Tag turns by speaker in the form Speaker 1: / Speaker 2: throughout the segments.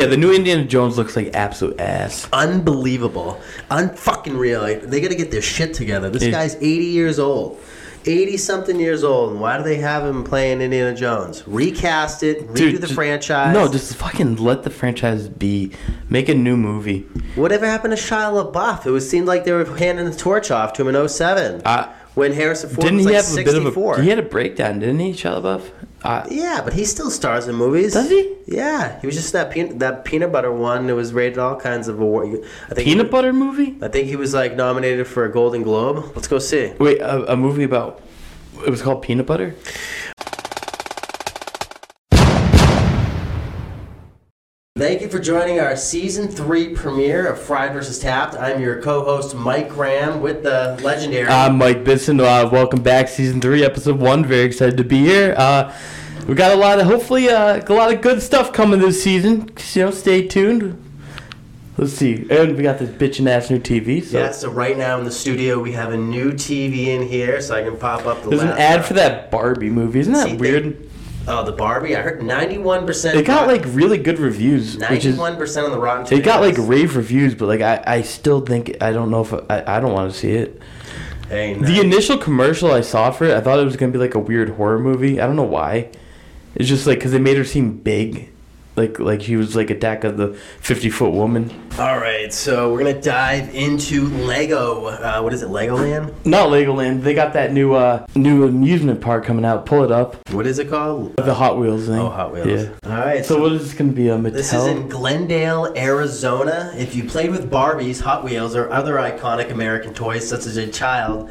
Speaker 1: Yeah, the new Indiana Jones looks like absolute ass.
Speaker 2: Unbelievable. Unfucking real. Like, they got to get their shit together. This
Speaker 1: Yeah.
Speaker 2: guy's 80 years old. 80 something years old, and why do they have him playing Indiana Jones? Recast it, redo the
Speaker 1: just-
Speaker 2: franchise.
Speaker 1: No, just fucking let the franchise be. Make a new movie.
Speaker 2: Whatever happened to Shia LaBeoff? It was, seemed like they were handing the torch off to him in 07.
Speaker 1: Uh,
Speaker 2: when Harrison Ford
Speaker 1: didn't
Speaker 2: was
Speaker 1: he
Speaker 2: like
Speaker 1: have
Speaker 2: 64.
Speaker 1: a bit of a? He had a breakdown, didn't he, Shia LaBeouf? Uh,
Speaker 2: yeah, but he still stars in movies.
Speaker 1: Does he?
Speaker 2: Yeah, he was just that peanut that peanut butter one that was rated all kinds of award. I think
Speaker 1: peanut butter movie?
Speaker 2: I think he was like nominated for a Golden Globe. Let's go see.
Speaker 1: Wait, a, a movie about? It was called Peanut Butter.
Speaker 2: Thank you for joining our season three premiere of Fried vs. Tapped. I'm your co-host Mike Graham with the legendary.
Speaker 1: I'm Mike Benson. Uh, welcome back, season three, episode one. Very excited to be here. Uh, we got a lot of hopefully uh, a lot of good stuff coming this season. Just, You know, stay tuned. Let's see. And we got this bitchin' ass new TV. So
Speaker 2: yeah, so right now in the studio we have a new TV in here, so I can pop up the.
Speaker 1: there's an
Speaker 2: laptop.
Speaker 1: ad for that Barbie movie. Isn't that
Speaker 2: See, they-
Speaker 1: weird?
Speaker 2: Oh, the Barbie! I heard 91. percent
Speaker 1: It got like really good reviews, which is
Speaker 2: 91 percent on the Rotten.
Speaker 1: it got like
Speaker 2: Tomatoes.
Speaker 1: rave reviews, but like I, I still think I don't know if I, I don't want to see it.
Speaker 2: Hey,
Speaker 1: The initial commercial I saw for it, I thought it was gonna be like a weird horror movie. I don't know why. It's just like because they made her seem big, like like she was like attack of the fifty foot woman.
Speaker 2: All right, so we're gonna dive into Lego. Uh, what is it, Legoland?
Speaker 1: Not Legoland. They got that new uh new amusement park coming out. Pull it up.
Speaker 2: What is it called?
Speaker 1: The Hot Wheels thing.
Speaker 2: Oh, Hot Wheels.
Speaker 1: Yeah.
Speaker 2: All right,
Speaker 1: So what is this gonna be? A Mattel.
Speaker 2: This is in Glendale, Arizona. If you played with Barbies, Hot Wheels, or other iconic American toys such as a child,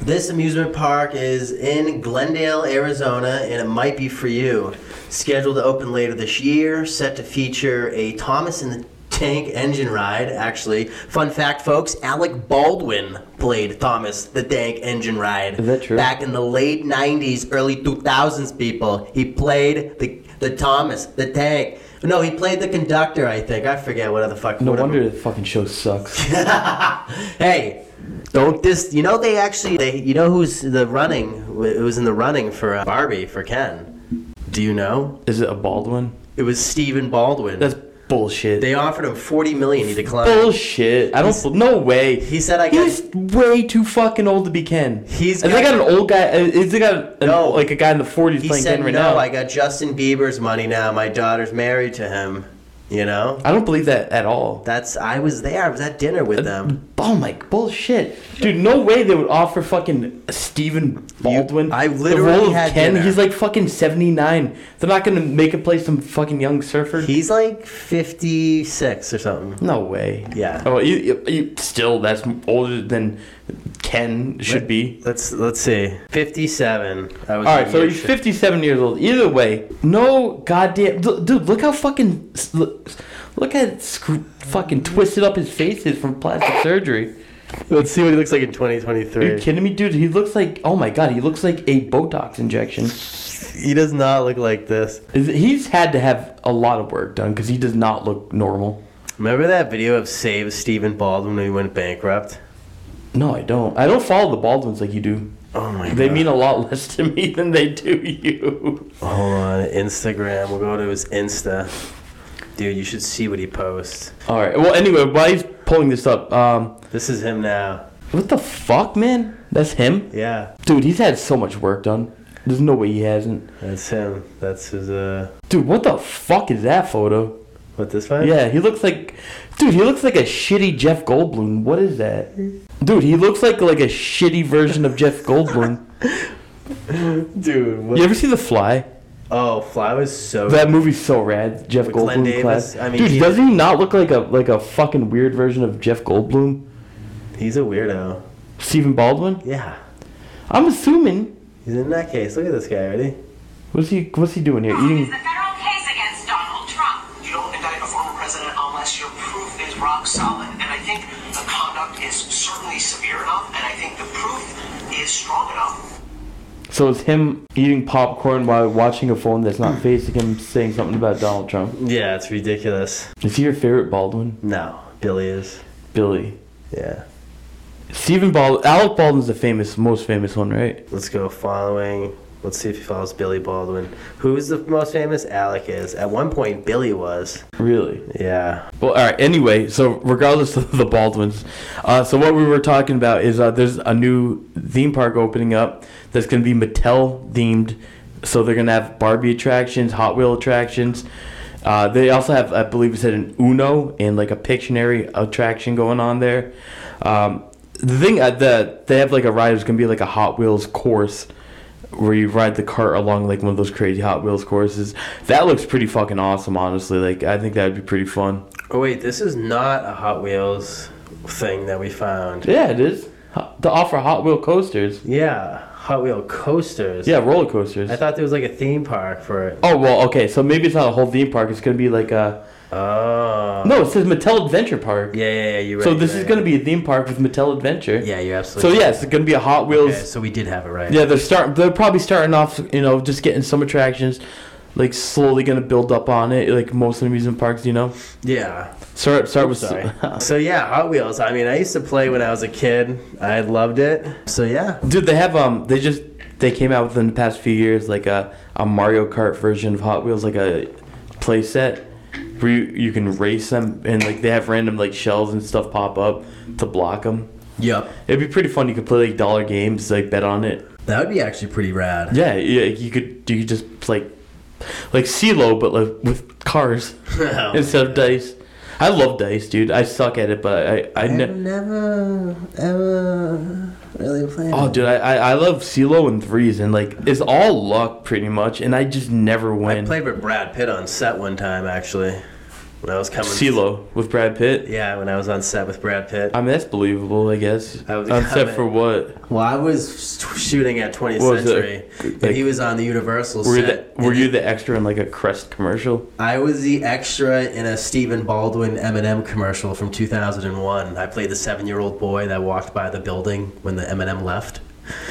Speaker 2: this amusement park is in Glendale, Arizona, and it might be for you. Scheduled to open later this year, set to feature a Thomas and the Tank engine ride, actually. Fun fact, folks, Alec Baldwin played Thomas the Tank engine ride.
Speaker 1: Is that true?
Speaker 2: Back in the late 90s, early 2000s, people. He played the, the Thomas, the tank. No, he played the conductor, I think. I forget what the fuck.
Speaker 1: no
Speaker 2: what-
Speaker 1: wonder the fucking show sucks.
Speaker 2: hey, don't this. You know, they actually. they You know who's the running? It was in the running for uh, Barbie, for Ken. Do you know?
Speaker 1: is it a Baldwin?
Speaker 2: It was Stephen Baldwin.
Speaker 1: That's bullshit.
Speaker 2: they offered him 40 million. He declined.
Speaker 1: Bullshit. I
Speaker 2: He's-
Speaker 1: don't. No way.
Speaker 2: he said, "I
Speaker 1: He's way too fucking old to be Ken.
Speaker 2: He's
Speaker 1: And they
Speaker 2: got-
Speaker 1: got an old guy. uh, Is they got an,
Speaker 2: No.
Speaker 1: like a guy in the forties
Speaker 2: He
Speaker 1: playing
Speaker 2: said,
Speaker 1: Ken right
Speaker 2: no,
Speaker 1: now?
Speaker 2: I got Justin Bieber's money now. My daughter's married to him. You know?
Speaker 1: I don't believe that at all.
Speaker 2: That's. I was there. I was at dinner with them.
Speaker 1: Oh my bullshit, dude! No way they would offer fucking Stephen Baldwin
Speaker 2: I
Speaker 1: the
Speaker 2: literally
Speaker 1: role of
Speaker 2: had
Speaker 1: Ken.
Speaker 2: dinner.
Speaker 1: He's like fucking seventy nine. They're not gonna make him play some fucking young surfer.
Speaker 2: He's like 56 or something.
Speaker 1: no way.
Speaker 2: Yeah.
Speaker 1: Oh, you, you, you- still that's older than Ken should be.
Speaker 2: Let's let's see. 57. I was
Speaker 1: All right, so
Speaker 2: thinking
Speaker 1: he's
Speaker 2: shit.
Speaker 1: 57 years old. Either way, no goddamn d- dude. Look how fucking s- look, look at screw, fucking twisted up his face is from plastic surgery.
Speaker 2: Let's see what he looks like in
Speaker 1: Are you
Speaker 2: 2023.
Speaker 1: kidding me, dude? He looks like oh my god, he looks like a Botox injection.
Speaker 2: He does not look like this.
Speaker 1: Is- He's had to have a lot of work done because he does not look normal.
Speaker 2: Remember that video of Save Stephen Baldwin when he went bankrupt?
Speaker 1: No, I don't. I don't follow the Baldwins like you do.
Speaker 2: Oh my
Speaker 1: They
Speaker 2: god.
Speaker 1: mean a lot less to me than they do you.
Speaker 2: Hold on, Instagram. We'll go to his Insta. Dude, you should see what he posts.
Speaker 1: All right. Well, anyway, while he's pulling this up, um,
Speaker 2: This is him now.
Speaker 1: what the fuck, man? That's him.
Speaker 2: Yeah,
Speaker 1: Dude, he's had so much work done. There's no way he hasn't.
Speaker 2: that's him. That's his uh
Speaker 1: Dude, what the fuck is that photo?
Speaker 2: what this one?
Speaker 1: Yeah, he looks like Dude, he looks like a shitty Jeff Goldblum. What is that? Dude, he looks like like a shitty version of Jeff Goldblum.
Speaker 2: Dude, what?
Speaker 1: You ever see The Fly?
Speaker 2: Oh, Fly was so
Speaker 1: That movie's so rad. Jeff
Speaker 2: With Glenn
Speaker 1: Goldblum
Speaker 2: Davis,
Speaker 1: class.
Speaker 2: I mean,
Speaker 1: Dude,
Speaker 2: he-
Speaker 1: doesn't he not look like a like a fucking weird version of Jeff Goldblum?
Speaker 2: He's a weirdo.
Speaker 1: Stephen Baldwin?
Speaker 2: Yeah.
Speaker 1: I'm assuming
Speaker 2: He's in that case. Look at this guy, ready?
Speaker 1: what's he what's he doing here? Eating
Speaker 3: is the federal case against Donald Trump.
Speaker 4: You don't indict a former president unless your proof is rock solid. And I think the conduct is certainly severe enough, and I think the proof is strong enough
Speaker 1: So it's him eating popcorn while watching a phone that's not facing him, saying something about Donald Trump.
Speaker 2: Yeah, it's ridiculous.
Speaker 1: Is he your favorite Baldwin?
Speaker 2: No, Billy is.
Speaker 1: Billy.
Speaker 2: Yeah.
Speaker 1: Stephen Baldwin. Alec Baldwin's the famous, most famous one, right?
Speaker 2: Let's go following. Let's see if he follows Billy Baldwin. Who's the most famous? Alec is. At one point, Billy was.
Speaker 1: Really?
Speaker 2: Yeah.
Speaker 1: Well, all right. Anyway, so regardless of the Baldwins, uh, so what we were talking about is uh, there's a new theme park opening up that's going to be Mattel themed. So they're going to have Barbie attractions, Hot Wheel attractions. Uh, they also have, I believe, it said an Uno and like a Pictionary attraction going on there. Um, the thing uh, that they have like a ride is going to be like a Hot Wheels course where you ride the cart along like one of those crazy Hot Wheels courses. That looks pretty fucking awesome, honestly. Like I think that would be pretty fun.
Speaker 2: Oh wait, this is not a Hot Wheels thing that we found.
Speaker 1: Yeah, it is. Ho- To offer Hot Wheel coasters.
Speaker 2: Yeah, Hot Wheel coasters.
Speaker 1: Yeah, roller coasters.
Speaker 2: I thought there was like a theme park for it.
Speaker 1: oh well, okay. So maybe it's not a whole theme park. It's gonna be like a
Speaker 2: Oh.
Speaker 1: no. It says Mattel Adventure Park.
Speaker 2: Yeah, yeah, yeah. You're right.
Speaker 1: So this
Speaker 2: you're
Speaker 1: is
Speaker 2: right.
Speaker 1: gonna be a theme park with Mattel Adventure.
Speaker 2: Yeah, you're absolutely.
Speaker 1: So yeah, it's gonna be a Hot Wheels.
Speaker 2: Okay, so we did have it right.
Speaker 1: Yeah, they're start. They're probably starting off. You know, just getting some attractions. Like slowly gonna build up on it. Like most amusement parks, you know.
Speaker 2: Yeah.
Speaker 1: Start start with.
Speaker 2: Sorry. so yeah, Hot Wheels. I mean, I used to play when I was a kid. I loved it. So yeah.
Speaker 1: Dude, they have um, they just they came out within the past few years like a, a Mario Kart version of Hot Wheels, like a play set where you, you can race them and like they have random like shells and stuff pop up to block them.
Speaker 2: Yep.
Speaker 1: It'd be pretty fun. You could play like dollar games, like bet on it.
Speaker 2: That would be actually pretty rad.
Speaker 1: Yeah, yeah. You could you could just like like CeeLo, but like with cars instead of dice. I love dice, dude. I suck at it, but I I, ne-
Speaker 2: never ever really played.
Speaker 1: Oh, dude, I, I, I love CeeLo and threes, and like it's all luck pretty much, and I just never
Speaker 2: I
Speaker 1: win.
Speaker 2: played with Brad Pitt on set one time actually. When I was coming.
Speaker 1: CeeLo with Brad Pitt.
Speaker 2: Yeah, when I was on set with Brad Pitt.
Speaker 1: I mean, that's believable, I guess.
Speaker 2: I was
Speaker 1: Except
Speaker 2: coming.
Speaker 1: for what?
Speaker 2: Well, I was shooting at 20th
Speaker 1: What was
Speaker 2: Century,
Speaker 1: it?
Speaker 2: and he was on the Universal
Speaker 1: Were you the,
Speaker 2: set.
Speaker 1: were
Speaker 2: and
Speaker 1: you the extra in like a Crest commercial?
Speaker 2: I was the extra in a Stephen Baldwin Eminem commercial from 2001. I played the seven-year-old boy that walked by the building when the Eminem left.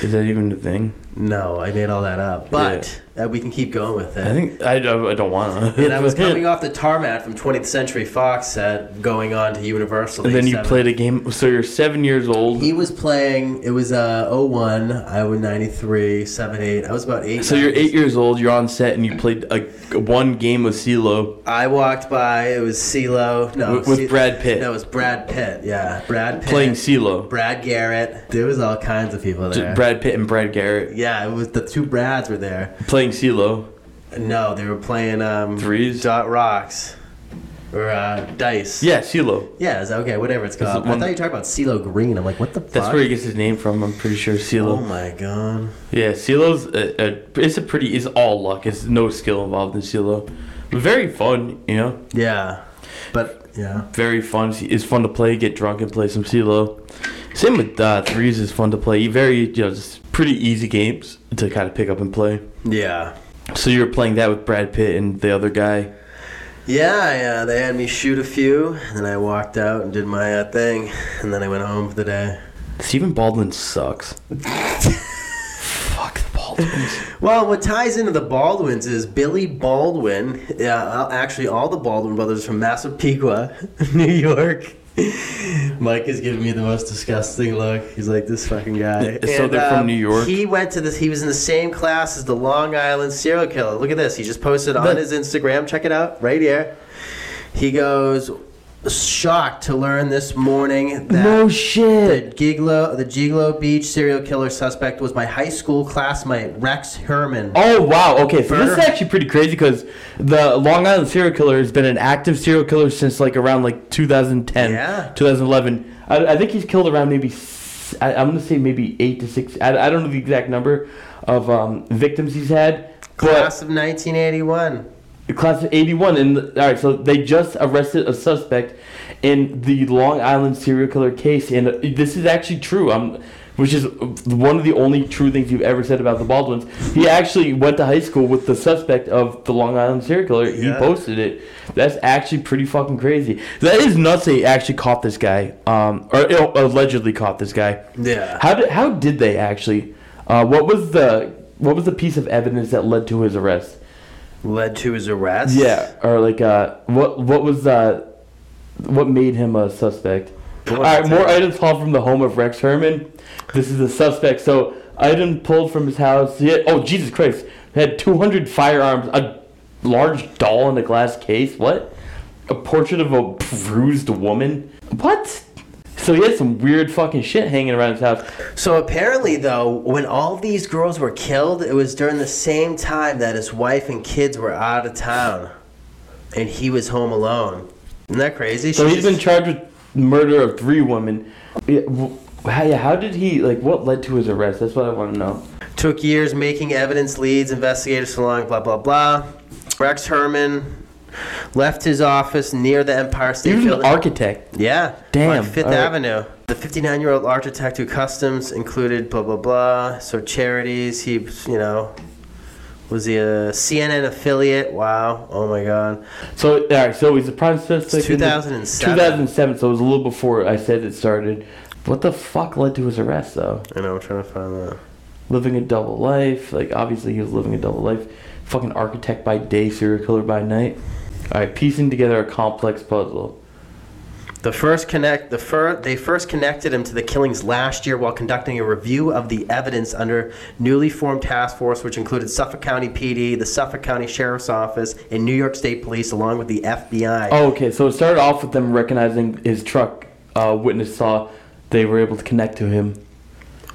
Speaker 1: Is that even a thing?
Speaker 2: No, I made all that up, but uh, we can keep going with it.
Speaker 1: I think I, I, I don't want to.
Speaker 2: and I was coming off the tarmac from 20th Century Fox set, going on to Universal.
Speaker 1: And then you
Speaker 2: seven.
Speaker 1: played a game. So you're seven years old.
Speaker 2: He was playing. It was uh 01, I was 93, 7, 8. I was about eight.
Speaker 1: So you're
Speaker 2: nine.
Speaker 1: eight years old. You're on set, and you played a one game with CeeLo.
Speaker 2: I walked by. It was CeeLo. No,
Speaker 1: With- with Brad Pitt.
Speaker 2: No, it was Brad Pitt. Yeah, Brad Pitt.
Speaker 1: Playing CeeLo.
Speaker 2: Brad Garrett. There was all kinds of people there.
Speaker 1: Brad Pitt and Brad Garrett
Speaker 2: yeah, it was the two Brads were there.
Speaker 1: playing CeeLo.
Speaker 2: No, they were playing um,
Speaker 1: Threes?
Speaker 2: dot rocks or uh, dice.
Speaker 1: Yeah, CeeLo.
Speaker 2: Yeah, it's okay, whatever it's called.
Speaker 1: the one-
Speaker 2: I thought you were talking about CeeLo Green. I'm like, what the fuck?
Speaker 1: That's where he gets his name from. I'm pretty sure
Speaker 2: Oh
Speaker 1: CeeLo.
Speaker 2: my god.
Speaker 1: Yeah, CeeLo's a, a, it's a pretty it's all luck. It's no skill involved in CeeLo. Very fun, you know.
Speaker 2: Yeah, but yeah.
Speaker 1: Very fun. It's fun to play. Get drunk and play some CeeLo. Same with uh, threes is fun to play. Very you know just pretty easy games to kind of pick up and play.
Speaker 2: Yeah.
Speaker 1: So you were playing that with Brad Pitt and the other guy.
Speaker 2: Yeah, yeah. They had me shoot a few, and then I walked out and did my uh, thing, and then I went home for the day.
Speaker 1: Stephen Baldwin sucks. Fuck the Baldwins.
Speaker 2: Well, what ties into the Baldwins is Billy Baldwin. Yeah, uh, actually, all the Baldwin brothers from Massapequa, New York. Mike is giving me the most disgusting look. He's like this fucking guy. uh,
Speaker 1: So they're from New York?
Speaker 2: He went to this. He was in the same class as the Long Island serial killer. Look at this. He just posted on
Speaker 1: That-
Speaker 2: his Instagram. Check it out right here. He goes shocked to learn this morning that
Speaker 1: No shit.
Speaker 2: the Giglo, the Giglo Beach serial killer suspect was my high school classmate Rex Herman.
Speaker 1: Oh wow! Okay, so this is
Speaker 2: Murder.
Speaker 1: actually pretty crazy because the Long Island serial killer has been an active serial killer since like around like 2010,
Speaker 2: Yeah.
Speaker 1: 2011. I, I think he's killed around maybe s- I, am gonna say maybe eight to six. I, I don't know the exact number of um, victims he's had.
Speaker 2: Class of 1981.
Speaker 1: But class of 81. And all right, so they just arrested a suspect in the Long Island serial killer case, and uh, this is actually true. Um, which is one of the only true things you've ever said about the Baldwins. He actually went to high school with the suspect of the Long Island serial killer. He
Speaker 2: Yeah.
Speaker 1: posted it. That's actually pretty fucking crazy. That is nuts. They actually caught this guy, um, or you know, allegedly caught this guy.
Speaker 2: Yeah.
Speaker 1: How did how did they actually? Uh, what was the what was the piece of evidence that led to his arrest?
Speaker 2: Led to his arrest.
Speaker 1: Yeah, or like uh, what what was uh, what made him a suspect? All
Speaker 2: What was
Speaker 1: right,
Speaker 2: it?
Speaker 1: more items hauled from the home of Rex Herman. This is a suspect. So item pulled from his house. He had, oh, Jesus Christ. He had 200 firearms, a large doll in a glass case. What? A portrait of a bruised woman. What? So he had some weird fucking shit hanging around his house.
Speaker 2: So apparently, though, when all these girls were killed, it was during the same time that his wife and kids were out of town, and he was home alone. Isn't that crazy?
Speaker 1: So
Speaker 2: She
Speaker 1: he's been
Speaker 2: just-
Speaker 1: charged with murder of three women. Yeah, wh- How, yeah, how did he, like, what led to his arrest? That's what I want to know.
Speaker 2: took years making evidence leads, investigators so long, blah blah blah. Rex Herman left his office near the Empire State
Speaker 1: He was an
Speaker 2: Building.
Speaker 1: architect.
Speaker 2: Yeah.
Speaker 1: Damn.
Speaker 2: On Fifth
Speaker 1: All right.
Speaker 2: Avenue. The 59 year old architect who customs included blah, blah, blah. So charities. He, you know, was he a CNN affiliate? Wow. Oh my God.
Speaker 1: So, all right, so he's a prime suspect. in the-
Speaker 2: 2007.
Speaker 1: 2007, so it was a little before I said it started. What the fuck led to his arrest, though?
Speaker 2: I know, I'm trying to find that.
Speaker 1: Living a double life. Like, obviously, he was living a double life. Fucking architect by day, serial killer by night. All right, piecing together a complex puzzle.
Speaker 2: The first connect, the fir- they first connected him to the killings last year while conducting a review of the evidence under newly formed task force, which included Suffolk County PD, the Suffolk County Sheriff's Office, and New York State Police, along with the FBI.
Speaker 1: Oh, okay, so it started off with them recognizing his truck. Uh, witness saw they were able to connect to him.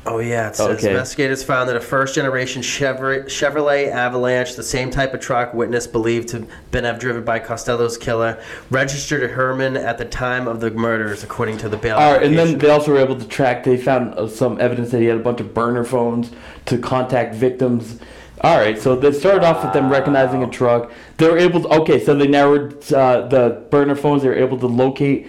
Speaker 2: Oh yeah, it says
Speaker 1: Okay.
Speaker 2: investigators found that a first-generation Chevrolet, Chevrolet Avalanche, the same type of truck witness believed to been have driven by Costello's killer, registered to Herman at the time of the murders, according to the bail.
Speaker 1: All right, and then
Speaker 2: application.
Speaker 1: they also were able to track. They found uh, some evidence that he had a bunch of burner phones to contact victims. All right, so they started off with them recognizing a truck. They were able to. Okay, so they narrowed uh, the burner phones. They were able to locate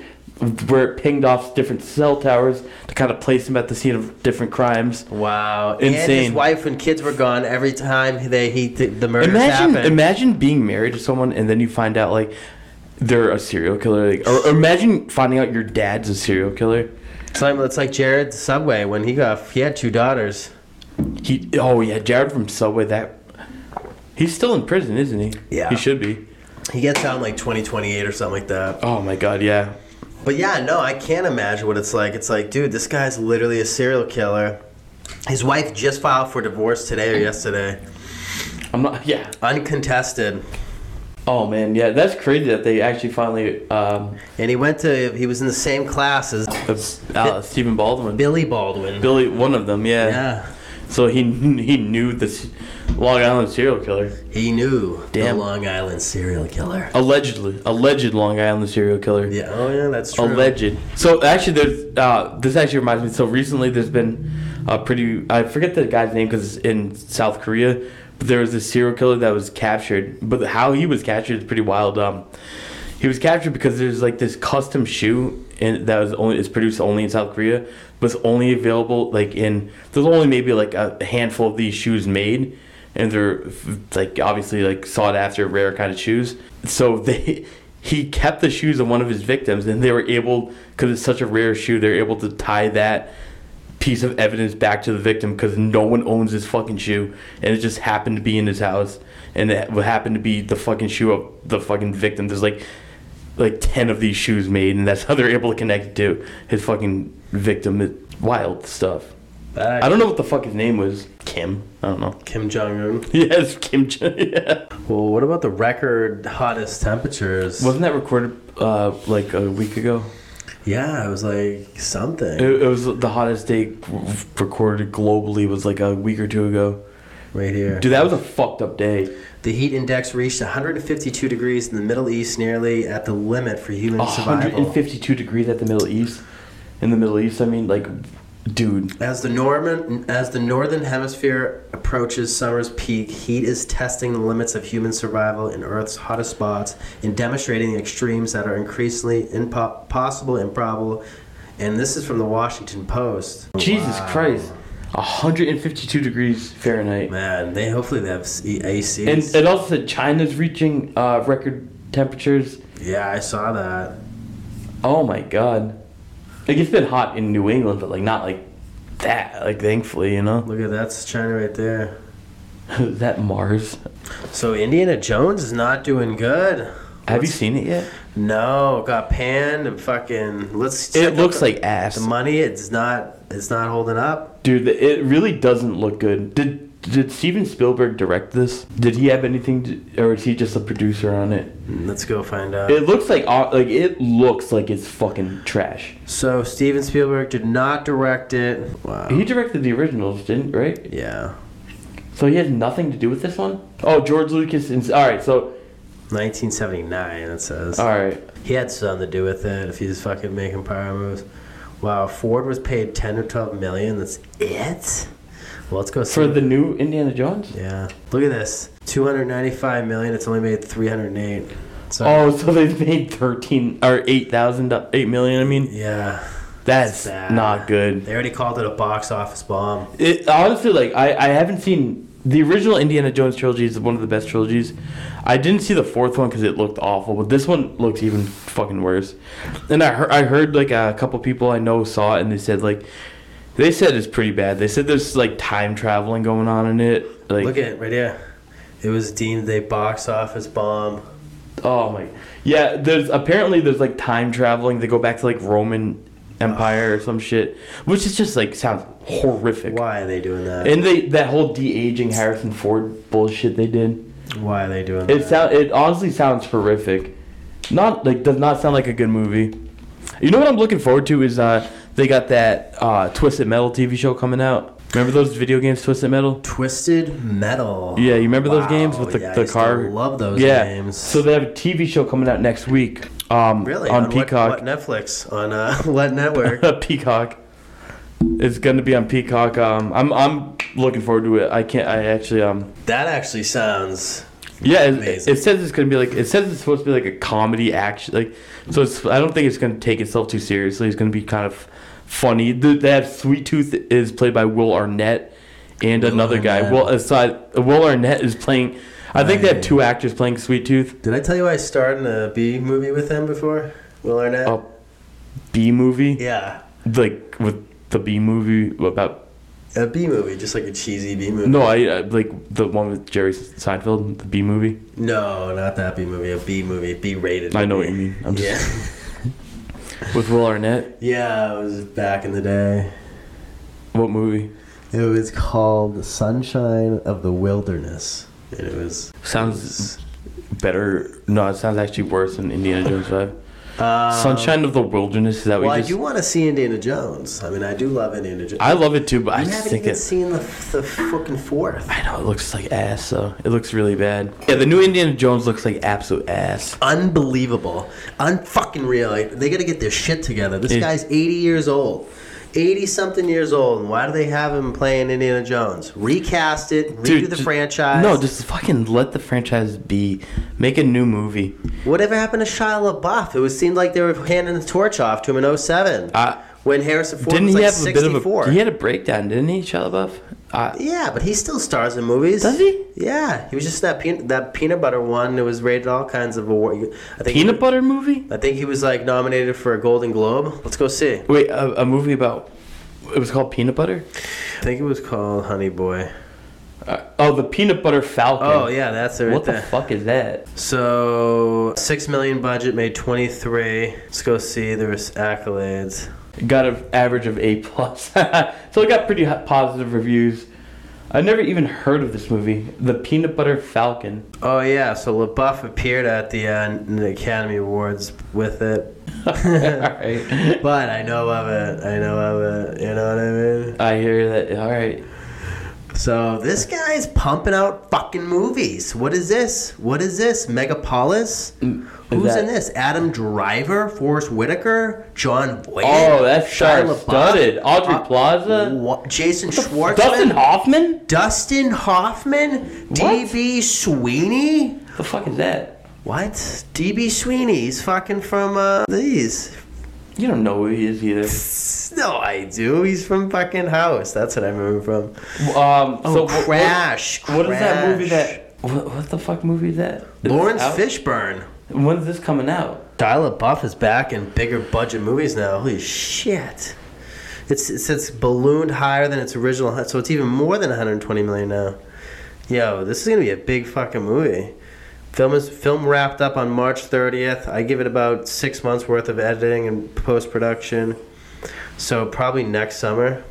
Speaker 1: where it pinged off different cell towers to kind of place him at the scene of different crimes.
Speaker 2: wow, And his
Speaker 1: Insane.
Speaker 2: wife and kids were gone every time they he th- the murders
Speaker 1: Imagine,
Speaker 2: happened.
Speaker 1: imagine being married to someone and then you find out like they're a serial killer. Like, or imagine finding out your dad's a serial killer.
Speaker 2: it's, like, it's like Jared Subway when he got he had two daughters.
Speaker 1: He oh yeah, Jared from Subway. That he's still in prison, isn't he?
Speaker 2: Yeah.
Speaker 1: he should be.
Speaker 2: He gets out in like 2028 or something like that.
Speaker 1: Oh my god, yeah.
Speaker 2: But yeah, no, I can't imagine what it's like. It's like, dude, this guy's literally a serial killer. His wife just filed for divorce today or yesterday,
Speaker 1: I'm not. Yeah.
Speaker 2: uncontested.
Speaker 1: Oh man, yeah. That's crazy that they actually finally um,
Speaker 2: And he went to, he was in the same class as
Speaker 1: uh, Stephen Baldwin.
Speaker 2: Billy Baldwin.
Speaker 1: Billy, one of them, yeah.
Speaker 2: Yeah,
Speaker 1: So he he knew this Long Island serial killer,
Speaker 2: he knew
Speaker 1: Damn.
Speaker 2: the Long Island serial killer.
Speaker 1: allegedly, alleged Long Island serial killer.
Speaker 2: Yeah, oh yeah, that's true.
Speaker 1: Alleged. So actually, there's uh, this actually reminds me. So recently, there's been a pretty I forget the guy's name because it's in South Korea, but there was a serial killer that was captured. But how he was captured is pretty wild. Um, he was captured because there's like this custom shoe and that was only it's produced only in South Korea, but it's only available like in there's only maybe like a handful of these shoes made and they're f- like obviously like sought after rare kind of shoes. So they he kept the shoes of one of his victims, and they were able because it's such a rare shoe, they're able to tie that piece of evidence back to the victim because no one owns this fucking shoe, and it just happened to be in his house, and it would happen to be the fucking shoe of the fucking victim. There's like like ten of these shoes made, and that's how they're able to connect it to his fucking victim. It's wild stuff.
Speaker 2: That-
Speaker 1: I don't know what the fuck his name was. Kim. I don't know.
Speaker 2: Kim Jong Un.
Speaker 1: Yes, Kim Jong. Yeah.
Speaker 2: Well, what about the record hottest temperatures?
Speaker 1: Wasn't that recorded uh, like a week ago?
Speaker 2: yeah, it was like something.
Speaker 1: It, it was the hottest day recorded globally was like a week or two ago.
Speaker 2: right here.
Speaker 1: Dude, that was a fucked up day.
Speaker 2: The heat index reached 152 degrees in the Middle East, nearly at the limit for human survival.
Speaker 1: 152 degrees at the Middle East. In the Middle East, I mean, like, dude.
Speaker 2: As the Norman, as the northern hemisphere approaches summer's peak, heat is testing the limits of human survival in Earth's hottest spots and demonstrating the extremes that are increasingly impo- possible, improbable. And this is from the Washington Post.
Speaker 1: Jesus
Speaker 2: Wow.
Speaker 1: Christ. 152 degrees Fahrenheit.
Speaker 2: Man, they hopefully they have s- e- ACs.
Speaker 1: And it also said China's reaching uh, record temperatures.
Speaker 2: yeah, I saw that.
Speaker 1: Oh my god. Like, it's been hot in New England, but, like, not like that. Like, thankfully, you know?
Speaker 2: Look at that's China right there.
Speaker 1: Is that Mars?
Speaker 2: So Indiana Jones is not doing good.
Speaker 1: Have you seen it yet?
Speaker 2: No, got panned and fucking. Let's. check
Speaker 1: It
Speaker 2: out
Speaker 1: looks
Speaker 2: the-
Speaker 1: like ass,
Speaker 2: the money. It's not. It's not holding up.
Speaker 1: dude. It really doesn't look good. Did did Steven Spielberg direct this? Did he have anything, to, or is he just a producer on it?
Speaker 2: Let's go find out.
Speaker 1: It looks like au- like it looks like it's fucking trash.
Speaker 2: so Steven Spielberg did not direct it. Wow.
Speaker 1: He directed the originals, didn't right?
Speaker 2: yeah.
Speaker 1: So he has nothing to do with this one. Oh, George Lucas. And, all right, so
Speaker 2: 1979. It says.
Speaker 1: all right.
Speaker 2: He had something to do with it. If he's fucking making power moves. Wow. Ford was paid 10 or 12 million. That's it. Well, let's go see.
Speaker 1: For the new Indiana Jones?
Speaker 2: yeah. Look at this. 295 million. It's only made 308. So.
Speaker 1: Oh, so they've made 13 or 8,000 8 million, I mean.
Speaker 2: Yeah.
Speaker 1: That's
Speaker 2: Sad.
Speaker 1: not good.
Speaker 2: They already called it a box office bomb.
Speaker 1: It honestly like I I haven't seen the original Indiana Jones trilogy is one of the best trilogies. I didn't see the fourth one cuz it looked awful, but this one looks even fucking worse. And I heard I heard like a couple people I know saw it and they said like they said it's pretty bad. They said there's like time traveling going on in it. Like
Speaker 2: Look at it right here. It was deemed a box office bomb.
Speaker 1: Oh my. Yeah, there's apparently there's like time traveling. They go back to like Roman Empire or some shit, which is just like sounds horrific.
Speaker 2: Why are they doing that?
Speaker 1: And they that whole de aging Harrison Ford bullshit they did.
Speaker 2: Why are they doing
Speaker 1: It
Speaker 2: that?
Speaker 1: sound it honestly sounds horrific. Not like does not sound like a good movie. You know what I'm looking forward to is uh they got that uh Twisted Metal TV show coming out. Remember those video games Twisted Metal?
Speaker 2: Twisted Metal.
Speaker 1: Yeah, you remember those games with the,
Speaker 2: yeah, I
Speaker 1: the
Speaker 2: used to
Speaker 1: car?
Speaker 2: love those
Speaker 1: yeah.
Speaker 2: games.
Speaker 1: So they have a TV show coming out next week. Um,
Speaker 2: really
Speaker 1: on,
Speaker 2: what-
Speaker 1: Peacock.
Speaker 2: What, Netflix on uh, what network?
Speaker 1: Peacock. It's gonna be on Peacock. Um, I'm I'm looking forward to it. I can't. I actually um.
Speaker 2: that actually sounds.
Speaker 1: Yeah, it,
Speaker 2: Amazing.
Speaker 1: it says it's gonna be like it says it's supposed to be like a comedy action. Like so, it's I don't think it's gonna take itself too seriously. It's gonna be kind of funny. The, that Sweet Tooth is played by Will Arnett and
Speaker 2: Will
Speaker 1: another guy.
Speaker 2: Arnett.
Speaker 1: Will aside, Will Arnett is playing. I think they have two actors playing Sweet Tooth.
Speaker 2: Did I tell you I starred in a B movie with him before? Will Arnett.
Speaker 1: A B movie,
Speaker 2: Yeah,
Speaker 1: like with the B movie about
Speaker 2: a B movie, just like a cheesy B movie.
Speaker 1: No, I uh, like the one with Jerry Seinfeld, the B movie.
Speaker 2: No, not that B movie. A B movie, B rated.
Speaker 1: I know what you mean. I'm just
Speaker 2: Yeah.
Speaker 1: with Will Arnett.
Speaker 2: Yeah, it was back in the day.
Speaker 1: What movie?
Speaker 2: It was called The Sunshine of the Wilderness. And it was. uh,
Speaker 1: Sounds better. No, it sounds actually worse than Indiana Jones Five.
Speaker 2: Uh,
Speaker 1: Sunshine of the Wilderness. Is that
Speaker 2: Well,
Speaker 1: what
Speaker 2: I
Speaker 1: you just?
Speaker 2: do want to see Indiana Jones. I mean, I do love Indiana Jones.
Speaker 1: I love it too, but I
Speaker 2: you
Speaker 1: just
Speaker 2: haven't
Speaker 1: think
Speaker 2: even
Speaker 1: it.
Speaker 2: seen the, the fucking fourth.
Speaker 1: I know it looks like ass, so it looks really bad. Yeah, the new Indiana Jones looks like absolute ass.
Speaker 2: Unbelievable. Unfucking real. Like, they got to get their shit together. This
Speaker 1: Yeah.
Speaker 2: guy's 80 years old. 80 something years old. And why do they have him playing Indiana Jones? Recast it, redo the
Speaker 1: ju-
Speaker 2: franchise.
Speaker 1: No, just fucking let the franchise be. Make a new movie.
Speaker 2: Whatever happened to Shia LaBeoff? It was seemed like they were handing the torch off to him in 07.
Speaker 1: I-
Speaker 2: when Harrison Ford
Speaker 1: Didn't
Speaker 2: was
Speaker 1: he
Speaker 2: like
Speaker 1: have a
Speaker 2: 64.
Speaker 1: bit of a? He had a breakdown, didn't he, Shia LaBeouf? Uh, I,
Speaker 2: yeah, but he still stars in movies.
Speaker 1: Does he?
Speaker 2: Yeah, he was just that peanut that peanut butter one that was rated all kinds of award. I think
Speaker 1: peanut
Speaker 2: he,
Speaker 1: butter movie.
Speaker 2: I think he was like nominated for a Golden Globe. Let's go see.
Speaker 1: Wait, a, a movie about it was called Peanut Butter.
Speaker 2: I think it was called Honey Boy.
Speaker 1: Uh, oh, the Peanut Butter Falcon.
Speaker 2: Oh yeah, that's it right
Speaker 1: what the
Speaker 2: there.
Speaker 1: fuck is that?
Speaker 2: so six million budget made twenty three. Let's go see. There's accolades.
Speaker 1: Got an average of A plus, so it got pretty ho- positive reviews. I never even heard of this movie, The Peanut Butter Falcon.
Speaker 2: Oh yeah, so LaBeouf appeared at the, uh, the Academy Awards with it,
Speaker 1: Alright.
Speaker 2: but I know of it. I know of it. You know what I mean?
Speaker 1: I hear that. All right,
Speaker 2: So this guy's pumping out fucking movies. What is this? What is this? Megapolis? Who's
Speaker 1: Mm, that-
Speaker 2: in this? Adam Driver, Forrest Whitaker, John Voight.
Speaker 1: Oh, that's
Speaker 2: Shia LaBeouf,
Speaker 1: star-studded. Audrey Plaza?
Speaker 2: Wa- Jason Schwartzman,
Speaker 1: Dustin
Speaker 2: Dustin,
Speaker 1: Hoffman.
Speaker 2: Hoffman, D.B. Sweeney.
Speaker 1: The fuck is that?
Speaker 2: What? D.B. Sweeney's fucking from uh, these.
Speaker 1: You don't know who he is either.
Speaker 2: No, I do. He's from fucking House. That's what I remember from.
Speaker 1: Um, so
Speaker 2: Oh,
Speaker 1: wh-
Speaker 2: Crash.
Speaker 1: What, what is that movie
Speaker 2: Crash.
Speaker 1: that? What, what the fuck movie is that? Is it
Speaker 2: Lawrence
Speaker 1: out?
Speaker 2: Fishburne.
Speaker 1: When's this coming out?
Speaker 2: Dial-up Buff is back in bigger budget movies now. Holy shit! It's it's, it's ballooned higher than its original, hu- so it's even more than 120 million now. Yo, this is gonna be a big fucking movie. Film is film wrapped up on March 30th. I give it about six months worth of editing and post production. So probably next summer.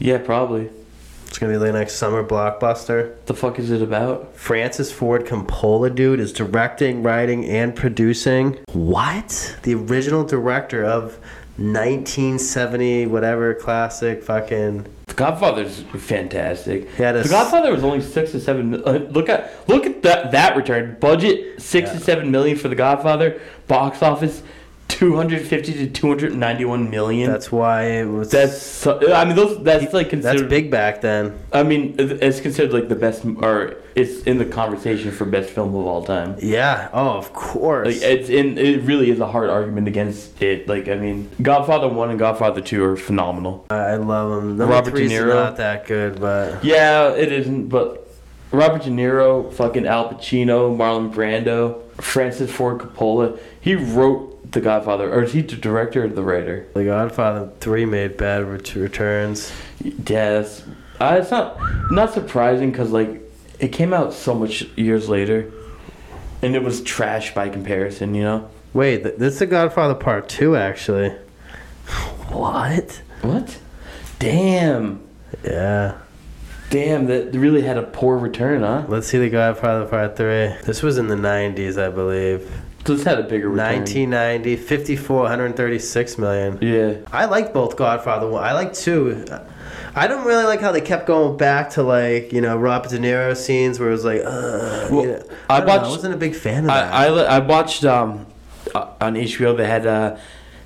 Speaker 1: Yeah, probably.
Speaker 2: It's gonna be the next summer blockbuster.
Speaker 1: The fuck is it about?
Speaker 2: Francis Ford Coppola, dude, is directing, writing, and producing. What? The original director of 1970 whatever classic fucking.
Speaker 1: The Godfather's fantastic.
Speaker 2: Yeah, it is.
Speaker 1: the Godfather was only six or seven. mil- Uh, look at look at that that return budget six to seven million for the Godfather. Box office two hundred fifty to two hundred ninety one million.
Speaker 2: That's why it was.
Speaker 1: that's so, I mean those that's like considered
Speaker 2: that's big back then.
Speaker 1: I mean it's considered like the best or it's in the conversation for best film of all time.
Speaker 2: Yeah. Oh, of
Speaker 1: Like
Speaker 2: course.
Speaker 1: it's in it really is a hard argument against it. Like I mean, Godfather One and Godfather Two are phenomenal.
Speaker 2: I love him. Number
Speaker 1: Robert De
Speaker 2: three's
Speaker 1: Niro.
Speaker 2: not that good, but
Speaker 1: Yeah, it isn't, but Robert De Niro, fucking Al Pacino, Marlon Brando, Francis Ford Coppola. He wrote The Godfather, or is he the director or the writer?
Speaker 2: The Godfather Three made bad ret- returns.
Speaker 1: Yeah, that's, uh, it's not not surprising because like it came out so much years later, and it was trash by comparison. You know
Speaker 2: Wait, th- this is The Godfather Part Two, actually. What?
Speaker 1: what? Damn,
Speaker 2: Yeah.
Speaker 1: damn, that really had a poor return, huh?
Speaker 2: Let's see The Godfather Part 3. This was in the 90s, I believe.
Speaker 1: So this had a bigger return.
Speaker 2: 1990, 54, 136 million.
Speaker 1: Yeah.
Speaker 2: I like both Godfather 1. I like 2. I don't really like how they kept going back to, like, you know, Robert De Niro scenes where it was like, ugh.
Speaker 1: Well,
Speaker 2: you know.
Speaker 1: I
Speaker 2: I, don't know, I
Speaker 1: watched-
Speaker 2: wasn't a big fan of that.
Speaker 1: I, I, I watched um, uh, on HBO they had uh,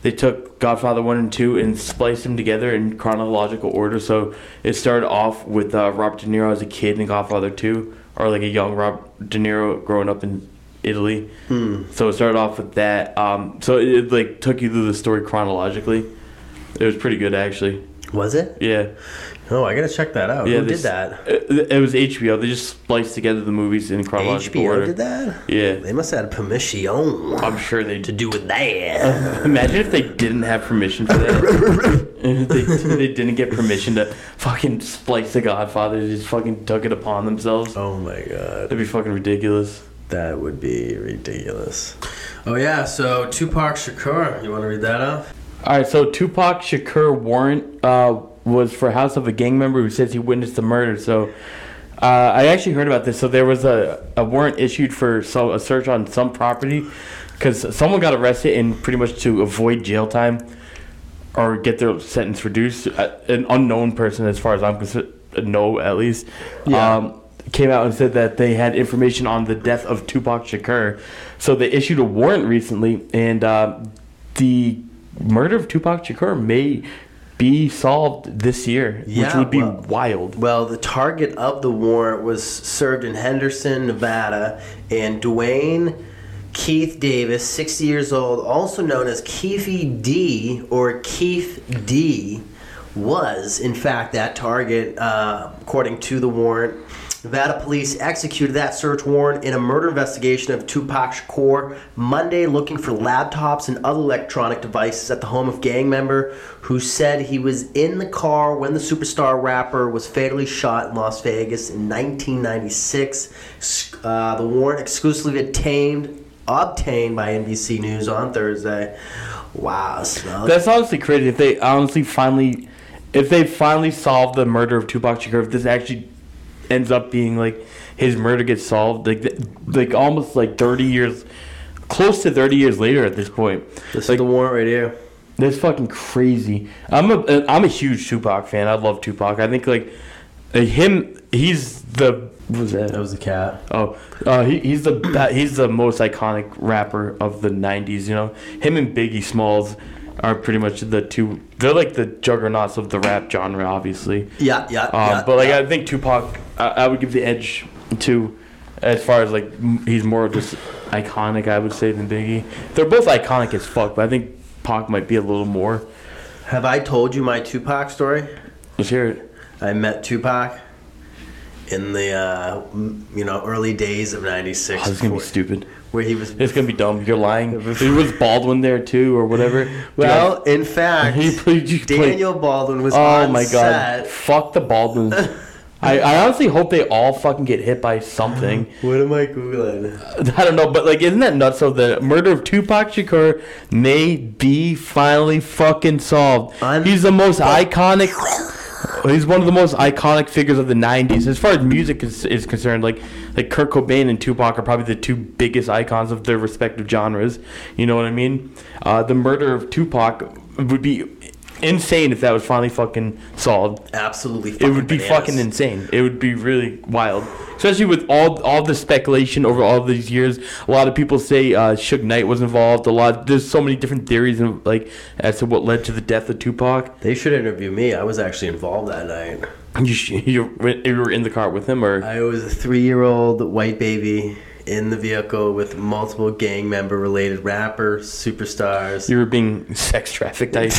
Speaker 1: they took Godfather one and two and spliced them together in chronological order. So it started off with uh, Robert De Niro as a kid in Godfather two, or like a young Rob De Niro growing up in Italy.
Speaker 2: Hmm.
Speaker 1: So it started off with that. Um, so it, it like took you through the story chronologically. It was pretty good actually.
Speaker 2: was it?
Speaker 1: Yeah,
Speaker 2: Oh, I gotta check that out.
Speaker 1: yeah.
Speaker 2: Who
Speaker 1: they
Speaker 2: did
Speaker 1: s-
Speaker 2: that?
Speaker 1: It, it was HBO. They just spliced together the movies in chronological
Speaker 2: HBO
Speaker 1: order.
Speaker 2: did that?
Speaker 1: Yeah,
Speaker 2: They must have had permission to
Speaker 1: I'm sure they did.
Speaker 2: do with that.
Speaker 1: Imagine if they didn't have permission for that. And if they, they didn't get permission to fucking splice the Godfather. They just fucking took it upon themselves.
Speaker 2: oh my god.
Speaker 1: That'd be fucking ridiculous.
Speaker 2: That would be ridiculous. Oh yeah, so Tupac Shakur, you want to read that off?
Speaker 1: All right, so Tupac Shakur warrant uh, was for house of a gang member who says he witnessed the murder. So uh, I actually heard about this. So there was a, a warrant issued for so, a search on some property because someone got arrested and pretty much to avoid jail time or get their sentence reduced. Uh, An unknown person, as far as I'm concerned, no, at least,
Speaker 2: Yeah.
Speaker 1: um, came out and said that they had information on the death of Tupac Shakur. So they issued a warrant recently, and uh, the murder of Tupac Shakur may be solved this year, which
Speaker 2: Yeah,
Speaker 1: would be
Speaker 2: well-
Speaker 1: wild.
Speaker 2: Well, the target of the warrant was served in Henderson, Nevada, and Dwayne Keith Davis, 60 years old, also known as Keefy D or Keith D, was in fact that target, uh, according to the warrant. Nevada police executed that search warrant in a murder investigation of Tupac Shakur Monday, looking for laptops and other electronic devices at the home of gang member who said he was in the car when the superstar rapper was fatally shot in Las Vegas in 1996. Uh, the warrant exclusively obtained obtained by NBC News on Thursday. Wow, smell.
Speaker 1: That's honestly crazy. If they honestly finally, if they finally solve the murder of Tupac Shakur, if this actually ends up being like his murder gets solved, like th- like almost like thirty years, close to thirty years later at this point,
Speaker 2: this
Speaker 1: like
Speaker 2: is the warrant right here.
Speaker 1: that's fucking crazy. I'm a I'm a huge Tupac fan. I love Tupac. I think like uh, him, he's the what was that?
Speaker 2: That was the cat.
Speaker 1: Oh, uh, he, he's the ba- he's the most iconic rapper of the '90s. You know, him and Biggie Smalls are pretty much the two. They're like the juggernauts of the rap genre, obviously.
Speaker 2: Yeah, yeah,
Speaker 1: Um,
Speaker 2: yeah.
Speaker 1: but like,
Speaker 2: yeah.
Speaker 1: I think Tupac, I, I would give the edge to, as far as like m- he's more just iconic. I would say than Biggie. They're both iconic as fuck, but I think Pac might be a little more.
Speaker 2: have I told you my Tupac story?
Speaker 1: Let's hear it.
Speaker 2: I met Tupac in the uh, m- you know early days of '96,
Speaker 1: Oh, this is gonna be stupid.
Speaker 2: where he was.
Speaker 1: It's gonna be dumb. You're lying. It was Baldwin there too, or whatever.
Speaker 2: Well, in fact,
Speaker 1: He played- you played-
Speaker 2: Daniel Baldwin was
Speaker 1: Oh
Speaker 2: on
Speaker 1: my god.
Speaker 2: set.
Speaker 1: Fuck the Baldwins. I, I honestly hope they all fucking get hit by something.
Speaker 2: What am I googling?
Speaker 1: I don't know, but like, isn't that nuts? So the murder of Tupac Shakur may be finally fucking solved.
Speaker 2: I'm-
Speaker 1: he's the most iconic. He's one of the most iconic figures of the '90s, as far as music is, is concerned. Like, like Kurt Cobain and Tupac are probably the two biggest icons of their respective genres. You know what I mean? Uh, the murder of Tupac would be insane if that was finally fucking solved.
Speaker 2: Absolutely.
Speaker 1: It would be fucking
Speaker 2: bananas.
Speaker 1: insane. It would be really wild, especially with all all the speculation over all these years. A lot of people say uh, Suge Knight was involved. A lot. There's so many different theories and like as to what led to the death of Tupac.
Speaker 2: They should interview me. I was actually involved that night.
Speaker 1: You sh- you, were- you were in the car with him, or
Speaker 2: I was a three-year-old white baby in the vehicle with multiple gang member-related rappers, superstars.
Speaker 1: you were being sex trafficked. I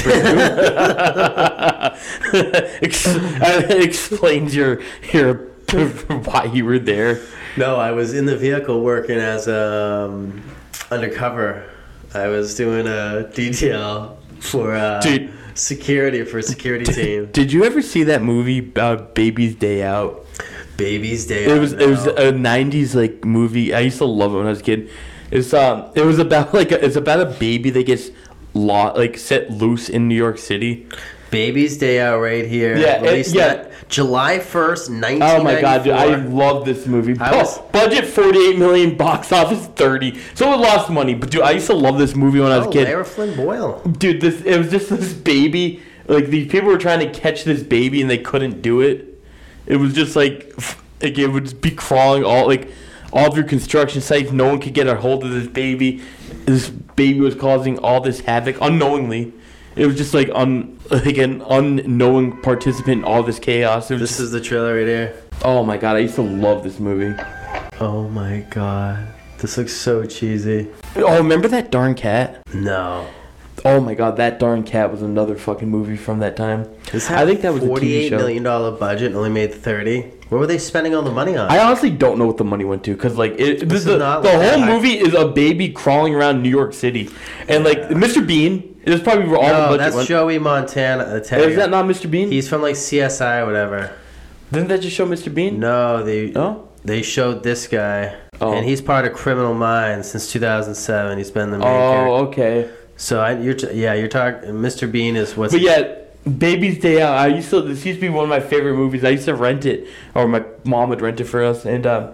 Speaker 1: presume. Ex- uh, explains your your why you were there.
Speaker 2: No, I was in the vehicle working as um, undercover. I was doing a detail for uh,
Speaker 1: Dude.
Speaker 2: security for a security team.
Speaker 1: Did you ever see that movie, uh, Baby's Day Out?
Speaker 2: Baby's day.
Speaker 1: It
Speaker 2: Out
Speaker 1: was it was
Speaker 2: now.
Speaker 1: a '90s like movie. I used to love it when I was a kid. It's um it was about like a, it's about a baby that gets lot like set loose in New York City.
Speaker 2: Baby's Day Out right here.
Speaker 1: Yeah, it-
Speaker 2: Released
Speaker 1: yeah.
Speaker 2: that July first, nineteen.
Speaker 1: Oh my god, dude! I love this movie.
Speaker 2: I
Speaker 1: Bu-
Speaker 2: was-
Speaker 1: budget 48 million, box office 30. So it lost money, but dude, I used to love this movie when I was
Speaker 2: Oh,
Speaker 1: a kid.
Speaker 2: Lara Flynn Boyle.
Speaker 1: Dude, this it was just this baby. Like these people were trying to catch this baby and they couldn't do it. It was just like, f- like it would be crawling all like all through construction sites. No one could get a hold of this baby. This baby was causing all this havoc unknowingly. It was just like un like an unknowing participant in all this chaos. It was
Speaker 2: This is the trailer right here.
Speaker 1: just- oh my god, I used to love this movie.
Speaker 2: Oh my god, this looks so cheesy.
Speaker 1: Oh, remember that darn cat?
Speaker 2: No.
Speaker 1: Oh my god, that darn cat was another fucking movie from that time.
Speaker 2: This
Speaker 1: I think that was a TV
Speaker 2: forty-eight
Speaker 1: show.
Speaker 2: million dollar budget, and only made thirty. What were they spending all the money on?
Speaker 1: I honestly don't know what the money went to because like it, this
Speaker 2: is
Speaker 1: the,
Speaker 2: not
Speaker 1: the
Speaker 2: like
Speaker 1: whole
Speaker 2: that.
Speaker 1: movie is a baby crawling around New York City, and like Mr. Bean is probably where all
Speaker 2: no,
Speaker 1: the budget
Speaker 2: that's
Speaker 1: went.
Speaker 2: Joey Montana. I tell
Speaker 1: Is
Speaker 2: you.
Speaker 1: that not Mr. Bean?
Speaker 2: He's from like CSI or whatever.
Speaker 1: Didn't that just show Mr. Bean?
Speaker 2: No, they
Speaker 1: No?
Speaker 2: they showed this guy,
Speaker 1: Oh.
Speaker 2: and he's part of Criminal Minds since 2007. He's been the main character.
Speaker 1: Oh, okay.
Speaker 2: So I, you're t- yeah, you're talking. Mr. Bean is what's
Speaker 1: But yeah, Baby's Day Out. I used to. This used to be one of my favorite movies. I used to rent it, or my mom would rent it for us. And uh,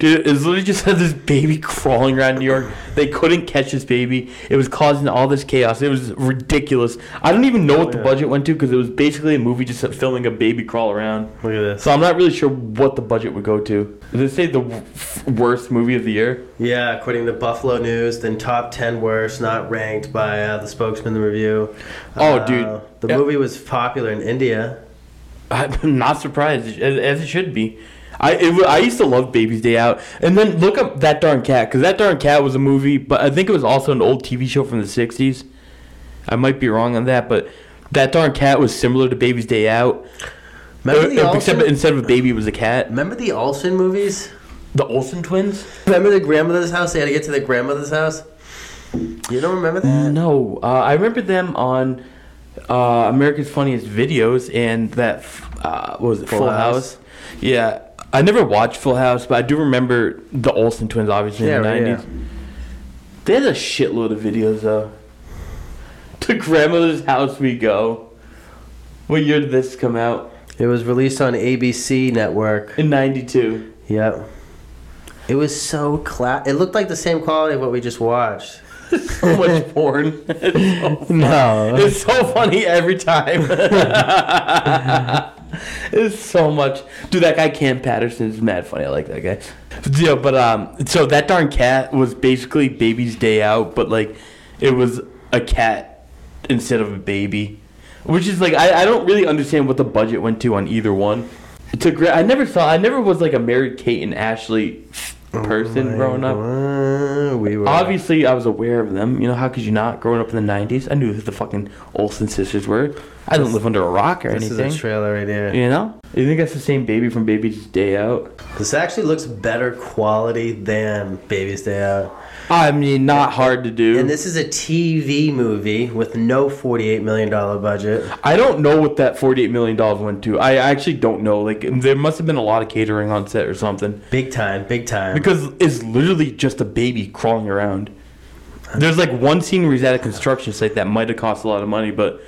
Speaker 1: dude, it's literally just had this baby crawling around New York. They couldn't catch this baby. It was causing all this chaos. It was ridiculous. I don't even know what the
Speaker 2: yeah.
Speaker 1: budget went to because it was basically a movie just filming a baby crawl around.
Speaker 2: Look at this.
Speaker 1: So I'm not really sure what the budget would go to. Did they say the w- f- worst movie of the year?
Speaker 2: Yeah, according to Buffalo News, then top ten worst, not ranked by uh, the spokesman. The review.
Speaker 1: Oh,
Speaker 2: Uh,
Speaker 1: dude.
Speaker 2: the
Speaker 1: Yeah.
Speaker 2: movie was popular in India.
Speaker 1: I'm not surprised, as, as it should be. I it, wa- I used to love Baby's Day Out, and then look up that darn cat because that darn cat was a movie, but I think it was also an old TV show from the '60s. I might be wrong on that, but that darn cat was similar to Baby's Day Out,
Speaker 2: Remember the
Speaker 1: uh, except
Speaker 2: Olsen?
Speaker 1: instead of a baby, it was a cat.
Speaker 2: Remember the Olsen movies?
Speaker 1: The Olsen twins?
Speaker 2: Remember the grandmother's house? They had to get to the grandmother's house. You don't remember that?
Speaker 1: No, uh, I remember them on uh, America's Funniest Videos and that f- uh, what was it Full, House.
Speaker 2: House.
Speaker 1: Yeah, I never watched Full House, but I do remember the Olsen twins, obviously in the
Speaker 2: Yeah, right,
Speaker 1: nineties. They had a shitload of videos though. To grandmother's house we go. What year did this come out?
Speaker 2: It was released on ABC network.
Speaker 1: In '92.
Speaker 2: Yep. It was so cla It looked like the same quality of what we just watched.
Speaker 1: So much porn. It's so
Speaker 2: No.
Speaker 1: It's so funny every time. it's so much. Dude, that guy Cam Patterson is mad funny. I like that guy. Yeah, but um, so that darn cat was basically Baby's Day Out, but like, it was a cat instead of a baby, which is like I, I don't really understand what the budget went to on either one. To gra- I never saw I never was like a married Kate and Ashley person growing up.
Speaker 2: Uh, we were
Speaker 1: Obviously, I was aware of them. You know, how could you not? Growing up in the 90s, I knew who the fucking Olsen sisters were. I didn't live under a rock or
Speaker 2: This
Speaker 1: anything.
Speaker 2: is a trailer right here.
Speaker 1: you know? You think that's the same baby from Baby's Day Out?
Speaker 2: This actually looks better quality than Baby's Day Out.
Speaker 1: I mean, not hard to do.
Speaker 2: And this is a TV movie with no $48 million budget.
Speaker 1: I don't know what that $48 million went to. I actually don't know. Like, there must have been a lot of catering on set or something.
Speaker 2: Big time, big time.
Speaker 1: Because it's literally just a baby crawling around. There's like one scene where he's at a construction site that might have cost a lot of money, but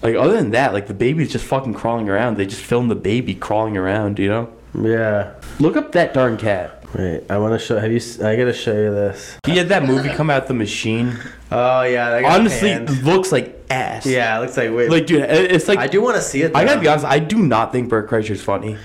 Speaker 1: like other than that, like the baby's just fucking crawling around. They just filmed the baby crawling around, you know?
Speaker 2: yeah.
Speaker 1: Look up that darn cat.
Speaker 2: Wait, I want to show. Have you? s- I gotta show you this.
Speaker 1: He had that movie come out, The Machine.
Speaker 2: Oh yeah, that got
Speaker 1: Honestly,
Speaker 2: panned.
Speaker 1: it looks like ass.
Speaker 2: yeah, it looks like wait.
Speaker 1: Like, dude, it- it's like.
Speaker 2: I do want to see it.
Speaker 1: I gotta
Speaker 2: though.
Speaker 1: be honest, I do not think Bert Kreischer's funny.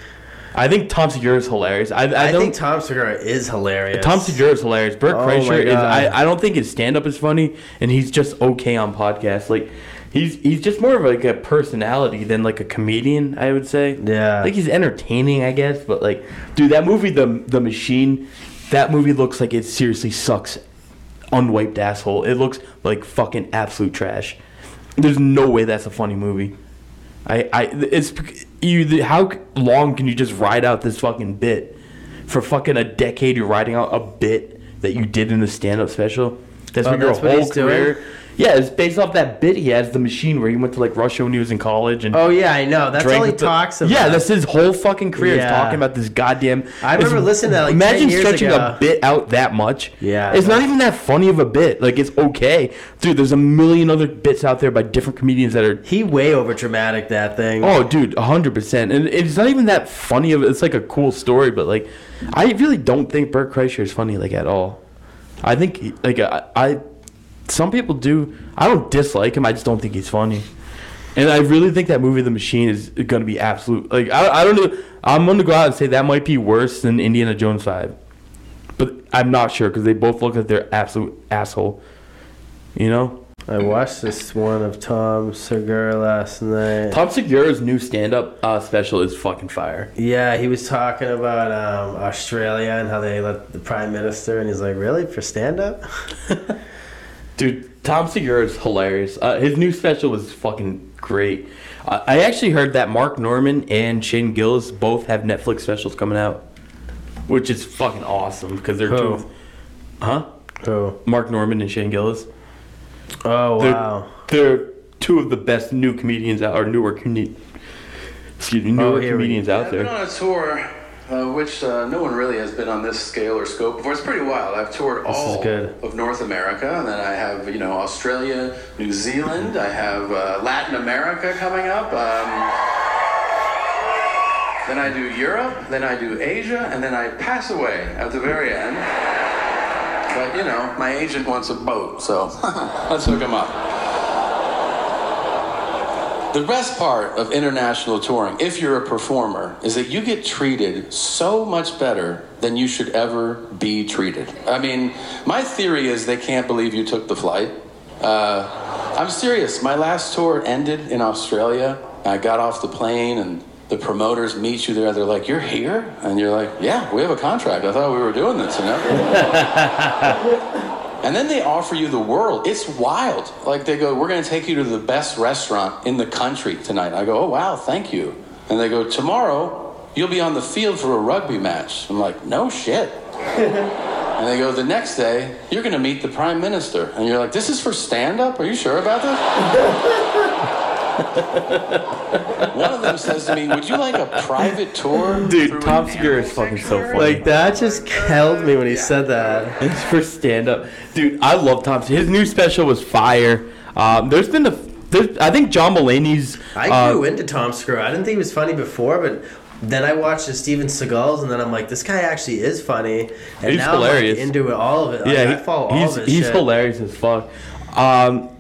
Speaker 1: I think Tom Segura is hilarious. I, I,
Speaker 2: I,
Speaker 1: don't,
Speaker 2: think Tom Segura is hilarious.
Speaker 1: Tom Segura is hilarious. Bert
Speaker 2: Oh my
Speaker 1: Kreischer is.
Speaker 2: God.
Speaker 1: I, I don't think his stand up is funny, and he's just okay on podcasts. Like, he's he's just more of like a personality than like a comedian. I would say.
Speaker 2: Yeah.
Speaker 1: Like he's entertaining, I guess, but like, dude, that movie, the the machine, that movie looks like it seriously sucks. Unwiped asshole. It looks like fucking absolute trash. There's no way that's a funny movie. I, I, it's you. How long can you just ride out this fucking bit? For fucking a decade, you're riding out a bit that you did in a stand-up special. That's
Speaker 2: Oh,
Speaker 1: been your
Speaker 2: that's what
Speaker 1: whole
Speaker 2: he's doing?
Speaker 1: career. Yeah, it's based off that bit he has, the machine where he went to like Russia when he was in college and
Speaker 2: Oh yeah, I know. That's
Speaker 1: drank
Speaker 2: all he
Speaker 1: with the-
Speaker 2: talks about.
Speaker 1: Yeah, that's his whole fucking career. is
Speaker 2: Yeah.
Speaker 1: talking about this goddamn.
Speaker 2: I
Speaker 1: it's-
Speaker 2: remember listening to that, like, 10
Speaker 1: imagine
Speaker 2: years
Speaker 1: stretching
Speaker 2: ago.
Speaker 1: a bit out that much.
Speaker 2: Yeah,
Speaker 1: it's not
Speaker 2: that's-
Speaker 1: even that funny of a bit. Like it's okay, dude. There's a million other bits out there by different comedians that are.
Speaker 2: he way over dramatic that thing.
Speaker 1: Oh, dude, hundred percent. And it's not even that funny of. It's like a cool story, but like, I really don't think Bert Kreischer is funny like at all. I think like I, I some people do. I don't dislike him. I just don't think he's funny. And I really think that movie, The Machine, is going to be absolute. Like I, I don't know. I'm going to go out and say that might be worse than Indiana Jones Five, but I'm not sure because they both look like they're absolute asshole. You know.
Speaker 2: I watched this one of Tom Segura last night.
Speaker 1: Tom Segura's new stand-up uh, special is fucking fire.
Speaker 2: Yeah, he was talking about um, Australia and how they let the prime minister, and he's like, "Really for stand up?"
Speaker 1: Dude, Tom Segura is hilarious. Uh, his new special was fucking great. I I actually heard that Mark Norman and Shane Gillis both have Netflix specials coming out, which is fucking awesome because they're
Speaker 2: Who?
Speaker 1: two. Huh?
Speaker 2: Oh,
Speaker 1: Mark Norman and Shane Gillis.
Speaker 2: oh
Speaker 1: They're,
Speaker 2: wow!
Speaker 1: They're two of the best new comedians out, or newer comedians. Excuse me, newer
Speaker 2: Oh, here we-
Speaker 1: comedians out
Speaker 5: I've
Speaker 1: there.
Speaker 5: been on a tour, uh, which uh, no one really has been on this scale or scope before. It's pretty wild. I've toured all
Speaker 2: good.
Speaker 5: of North America, and then I have you know Australia, New Zealand. I have uh, Latin America coming up. Um, then I do Europe. Then I do Asia, and then I pass away at the very end. But you know, my agent wants a boat, so let's hook him up. The best part of international touring, if you're a performer, is that you get treated so much better than you should ever be treated. I mean, my theory is they can't believe you took the flight. Uh, I'm serious. My last tour ended in Australia. I got off the plane and the promoters meet you there. They're like, You're here? And you're like, Yeah, we have a contract. I thought we were doing this, you know? And then they offer you the world. It's wild. Like they go, we're going to take you to the best restaurant in the country tonight. I go, oh wow, thank you. And they go, tomorrow you'll be on the field for a rugby match. I'm like, no shit. and they go, the next day you're going to meet the prime minister. And you're like, this is for stand up? Are you sure about this? One of them says to me, would you like a private tour?
Speaker 1: Dude, Tom Segura is fucking so funny.
Speaker 2: Like that just held me when he said that.
Speaker 1: It's for stand up, dude. I love Tom. His new special was fire. Um, there's been a, there's, I think John Mulaney's.
Speaker 2: I
Speaker 1: uh,
Speaker 2: grew into Tom Segura. I didn't think he was funny before, but then I watched the Steven Seagal's, and then I'm like, this guy actually is funny. And
Speaker 1: He's
Speaker 2: now I'm, like,
Speaker 1: hilarious.
Speaker 2: into it, all of it. Like,
Speaker 1: yeah,
Speaker 2: I follow all
Speaker 1: he's
Speaker 2: of his
Speaker 1: he's
Speaker 2: shit.
Speaker 1: hilarious as fuck. Um,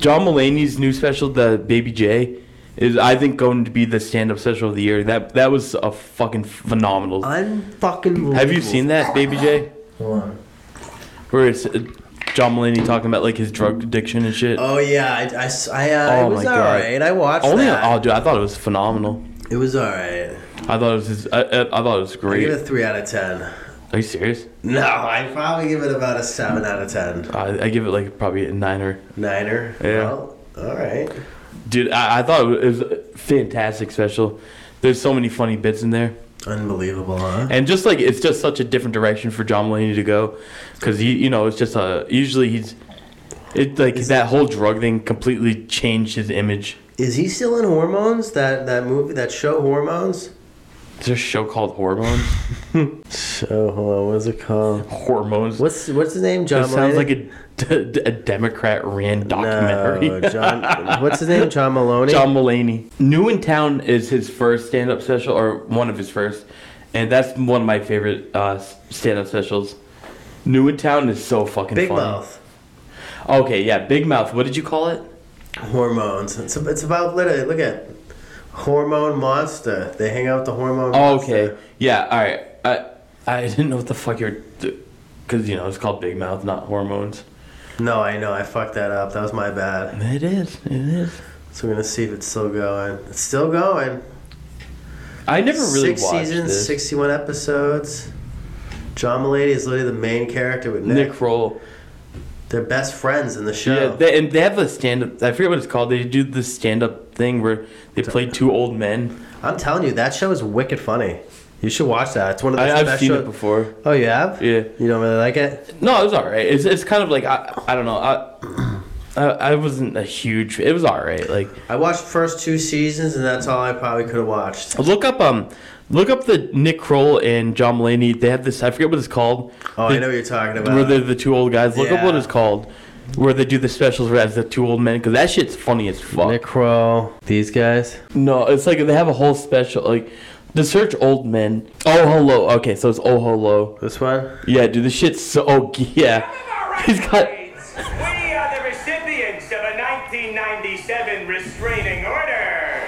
Speaker 1: John Mulaney's new special, the Baby J, is I think going to be the stand up special of the year. That that was a fucking phenomenal.
Speaker 2: Unfucking.
Speaker 1: Have you seen that Baby J? Where it's uh, John Mulaney talking about like his drug addiction and shit.
Speaker 2: Oh yeah, I, I, s- I, uh,
Speaker 1: Oh,
Speaker 2: it was
Speaker 1: my God.
Speaker 2: alright. I watched
Speaker 1: Only
Speaker 2: that.
Speaker 1: oh dude, I thought it was phenomenal.
Speaker 2: it was alright.
Speaker 1: I thought it was I, I, I thought it was
Speaker 2: I
Speaker 1: great.
Speaker 2: give it a three out of ten.
Speaker 1: Are you serious?
Speaker 2: No, I probably give it about a seven out of ten.
Speaker 1: I, I give it like probably a nine or
Speaker 2: Niner.
Speaker 1: Yeah.
Speaker 2: Well, all right.
Speaker 1: Dude, I, I thought it was a fantastic special. There's so many funny bits in there,
Speaker 2: Unbelievable, huh?
Speaker 1: and just like it's just such a different direction for John Mulaney to go, because he, you know, it's just a usually he's, it like that whole drug thing completely changed his image.
Speaker 2: Is he still in hormones? That that movie, that show, hormones.
Speaker 1: Is there a show called Hormones?
Speaker 2: So hold on, what's it called?
Speaker 1: Hormones.
Speaker 2: What's what's his name? John.
Speaker 1: That sounds
Speaker 2: Mulaney?
Speaker 1: like a, a Democrat ran documentary.
Speaker 2: No, John. What's his name? John Maloney.
Speaker 1: John Mulaney. New in Town is his first stand up special, or one of his first, and that's one of my favorite uh, stand up specials. New in Town is so fucking
Speaker 2: Big
Speaker 1: funny.
Speaker 2: Mouth.
Speaker 1: Okay, yeah, Big Mouth. What did you call it?
Speaker 2: Hormones. It's it's about look at look at hormone monster. They hang out with the hormone.
Speaker 1: Oh,
Speaker 2: monster.
Speaker 1: okay, yeah, all right. I I didn't know what the fuck you're, because you know it's called Big Mouth, not hormones.
Speaker 2: No, I know. I fucked that up. That was my bad.
Speaker 1: It is. It is.
Speaker 2: So we're gonna see if it's still going. It's still going.
Speaker 1: I never really
Speaker 2: Six
Speaker 1: watched
Speaker 2: seasons,
Speaker 1: this.
Speaker 2: sixty-one episodes. John Mulaney is literally the main character with Nick.
Speaker 1: Nick Roll.
Speaker 2: They're best friends in the show.
Speaker 1: Yeah, they, and they have a stand up. I forget what it's called. They do the stand up thing where they play two old men.
Speaker 2: I'm telling you, that show is wicked funny. You should watch that. It's one of the
Speaker 1: I,
Speaker 2: best
Speaker 1: I've seen
Speaker 2: shows.
Speaker 1: it before.
Speaker 2: Oh, you have?
Speaker 1: Yeah.
Speaker 2: You don't really like it?
Speaker 1: No, it was all right. It's, it's kind of like I, I don't know. I, I I wasn't a huge. It was all right. Like
Speaker 2: I watched first two seasons, and that's all I probably could have watched.
Speaker 1: look up um look up the Nick Kroll and John Mulaney. They have this. I forget what it's called.
Speaker 2: Oh,
Speaker 1: they,
Speaker 2: I know what you're talking about.
Speaker 1: Where they're the two old guys. Look up what
Speaker 2: Yeah.
Speaker 1: it's called. Where they do the specials as the two old men because that shit's funny as fuck.
Speaker 2: Nick Kroll, these guys.
Speaker 1: No, it's like they have a whole special like. The search old men. Oh hello. Okay, so it's oh hello.
Speaker 2: This one.
Speaker 1: Yeah, dude, this shit's so. Oh, yeah. He's got.
Speaker 6: We are the recipients of a 1997 restraining order.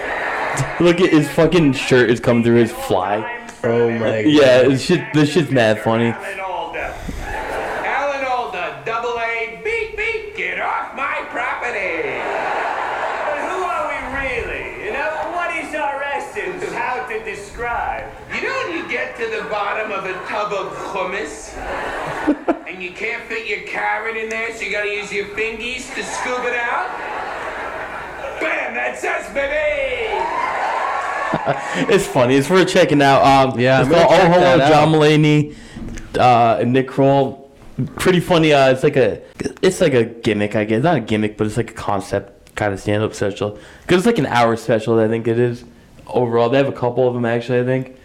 Speaker 1: Look at his fucking shirt is coming through his fly.
Speaker 2: Oh my
Speaker 1: Yeah, this shit. This shit's mad funny.
Speaker 6: Alan Alda. Alan Alda, double A, beep, beep, get off my property. But who are we really? You know, what is our essence? How to describe? You know when you get to the bottom of a tub of hummus? and you can't fit your carrot in there, so you gotta use your fingies to scoop it out? Bam, that's us, baby!
Speaker 1: It's funny. It's worth checking out. Um,
Speaker 2: Yeah,
Speaker 1: it's
Speaker 2: I'm gonna
Speaker 1: called Oh
Speaker 2: check
Speaker 1: Hello,
Speaker 2: that out.
Speaker 1: John Mulaney, uh, and Nick Kroll. Pretty funny. Uh, it's like a. It's like a gimmick, I guess. Not a gimmick, but it's like a concept kind of stand-up special. Cause it's like an hour special. I think it is. Overall, they have a couple of them actually. I think.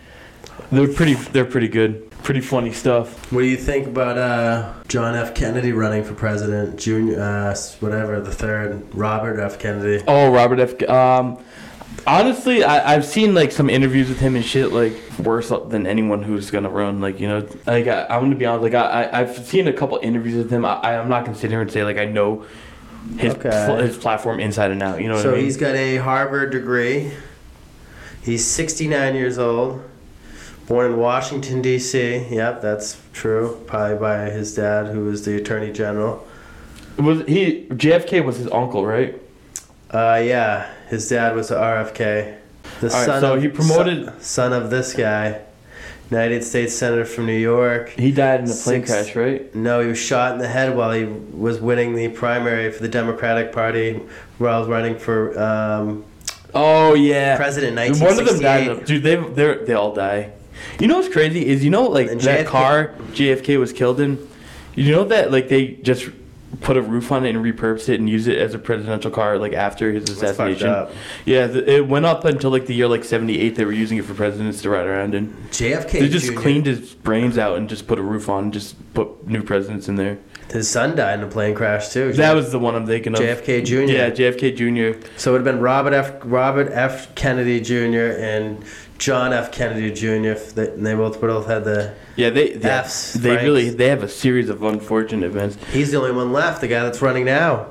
Speaker 1: They're pretty. They're pretty good. Pretty funny stuff.
Speaker 2: What do you think about uh, John F. Kennedy running for president? Junior, uh, s- whatever the third, Robert F. Kennedy.
Speaker 1: Oh, Robert F. Um, honestly, I, I've seen like some interviews with him and shit, like worse than anyone who's gonna run. Like you know, like I, I'm gonna be honest, like I, I I've seen a couple interviews with him. I, I- I'm not gonna sit here and say like I know his
Speaker 2: Okay.
Speaker 1: pl- his platform inside and out. You know what
Speaker 2: So
Speaker 1: I mean?
Speaker 2: he's got a Harvard degree. He's 69 years old. Born in Washington, D.C. Yep, that's true. Probably by his dad, who was the attorney general.
Speaker 1: was he JFK was his uncle, right?
Speaker 2: Uh, yeah, his dad was RFK. The
Speaker 1: right, so he promoted-
Speaker 2: son, son of this guy, United States Senator from New York.
Speaker 1: He died in a plane
Speaker 2: Six-
Speaker 1: crash, right?
Speaker 2: No, he was shot in the head while he was winning the primary for the Democratic Party while running for um,
Speaker 1: Oh yeah,
Speaker 2: president in
Speaker 1: One of them died.
Speaker 2: 1968.
Speaker 1: Dude, they they they all die. You know what's crazy is you know like
Speaker 2: And
Speaker 1: that
Speaker 2: JFK
Speaker 1: car JFK was killed in. You know that like they just put a roof on it and repurposed it and use it as a presidential car like after his
Speaker 2: fucked
Speaker 1: assassination.
Speaker 2: up.
Speaker 1: Yeah, th- it went up until like the year like seventy eight. They were using it for presidents to ride around in.
Speaker 2: JFK.
Speaker 1: They just
Speaker 2: Jr.
Speaker 1: cleaned his brains out and just put a roof on, and just put new presidents in there.
Speaker 2: His son died in a plane crash too.
Speaker 1: That was the one I'm thinking of.
Speaker 2: JFK Jr.
Speaker 1: Yeah, JFK Jr.
Speaker 2: So it would have been Robert F. Robert F. Kennedy Jr. and John F. Kennedy Jr. if they- And they both both had the.
Speaker 1: Yeah, they they,
Speaker 2: Fs,
Speaker 1: they
Speaker 2: Franks.
Speaker 1: really they have a series of unfortunate events.
Speaker 2: He's the only one left. The guy that's running now.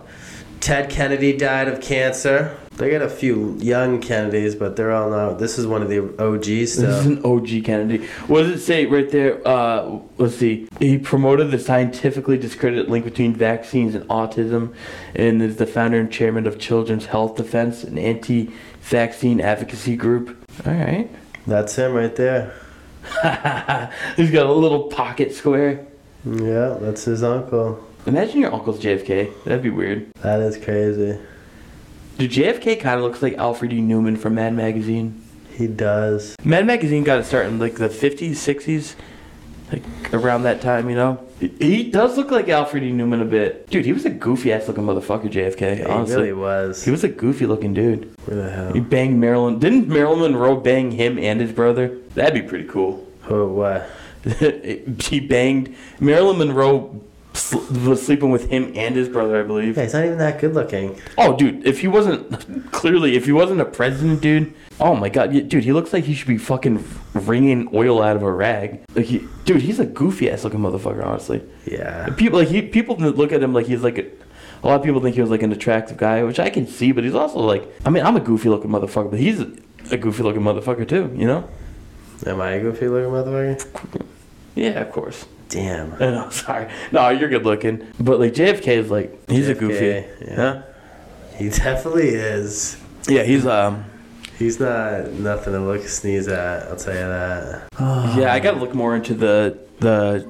Speaker 2: Ted Kennedy died of cancer. They got a few young Kennedys, but they're all now. This is one of the OGs. Still.
Speaker 1: This is an OG Kennedy. What does it say right there? Uh, let's see. He promoted the scientifically discredited link between vaccines and autism, and is the founder and chairman of Children's Health Defense, an anti-vaccine advocacy group. All right.
Speaker 2: That's him right there.
Speaker 1: He's got a little pocket square.
Speaker 2: Yeah, that's his uncle.
Speaker 1: Imagine your uncle's JFK. That'd be weird.
Speaker 2: That is crazy.
Speaker 1: Dude, JFK kind of looks like Alfred E. Newman from Mad Magazine.
Speaker 2: He does.
Speaker 1: Mad Magazine got its start in like the 50s, 60s, like around that time, you know? He, he does look like Alfred E. Newman a bit. Dude, he was a goofy ass looking motherfucker, JFK, honestly.
Speaker 2: He really was.
Speaker 1: He was a goofy looking dude.
Speaker 2: Where the hell?
Speaker 1: He banged Marilyn. Didn't Marilyn Monroe bang him and his brother? That'd be pretty cool.
Speaker 2: Oh, what?
Speaker 1: she banged Marilyn Monroe. Sl- was sleeping with him and his brother, I believe.
Speaker 2: Yeah, he's not even that good looking.
Speaker 1: Oh, dude, if he wasn't clearly, if he wasn't a president, dude. Oh my god, yeah, dude, he looks like he should be fucking wringing oil out of a rag. Like, he, dude, he's a goofy ass looking motherfucker, honestly.
Speaker 2: Yeah.
Speaker 1: People like he people look at him like he's like a, a lot of people think he was like an attractive guy, which I can see, but he's also like I mean I'm a goofy looking motherfucker, but he's a goofy looking motherfucker too, you know?
Speaker 2: Am I a goofy looking motherfucker?
Speaker 1: Yeah, of course.
Speaker 2: Damn.
Speaker 1: And I'm sorry. No, you're good looking, but like JFK is like he's a
Speaker 2: JFK,
Speaker 1: goofy.
Speaker 2: yeah.
Speaker 1: Huh?
Speaker 2: He definitely is.
Speaker 1: Yeah, he's um.
Speaker 2: He's not nothing to look sneeze at, I'll tell you that.
Speaker 1: Yeah, I gotta look more into the the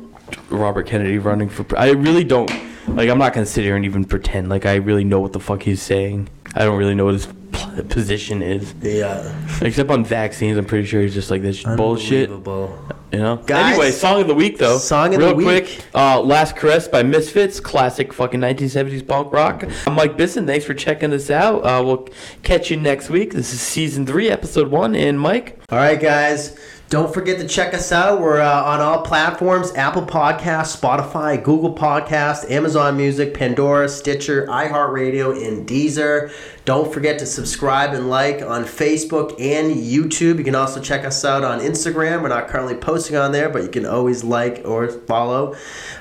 Speaker 1: Robert Kennedy running for. pre- I really don't like. I'm not gonna sit here and even pretend like I really know what the fuck he's saying. I don't really know what his p- position is.
Speaker 2: Yeah.
Speaker 1: Except on vaccines, I'm pretty sure he's just like this bullshit.
Speaker 2: Unbelievable.
Speaker 1: You know.
Speaker 2: Guys,
Speaker 1: anyway, song of the week though.
Speaker 2: song of
Speaker 1: Real
Speaker 2: the week.
Speaker 1: quick, uh, "Last Caress" by Misfits, classic fucking 1970s punk rock. I'm Mike Bisson. Thanks for checking us out. Uh, we'll catch you next week. This is season three, episode one. And Mike,
Speaker 2: All right, guys. Don't forget to check us out. We're uh, on all platforms Apple Podcasts, Spotify, Google Podcasts, Amazon Music, Pandora, Stitcher, iHeartRadio, and Deezer. Don't forget to subscribe and like on Facebook and YouTube. You can also check us out on Instagram. We're not currently posting on there, but you can always like or follow.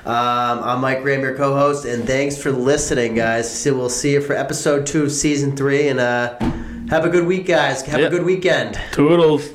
Speaker 2: Um, I'm Mike Graham, your co host, and thanks for listening, guys. So we'll see you for episode two of season three, and uh, have a good week, guys. Have
Speaker 1: Yeah.
Speaker 2: a good weekend.
Speaker 1: toodles.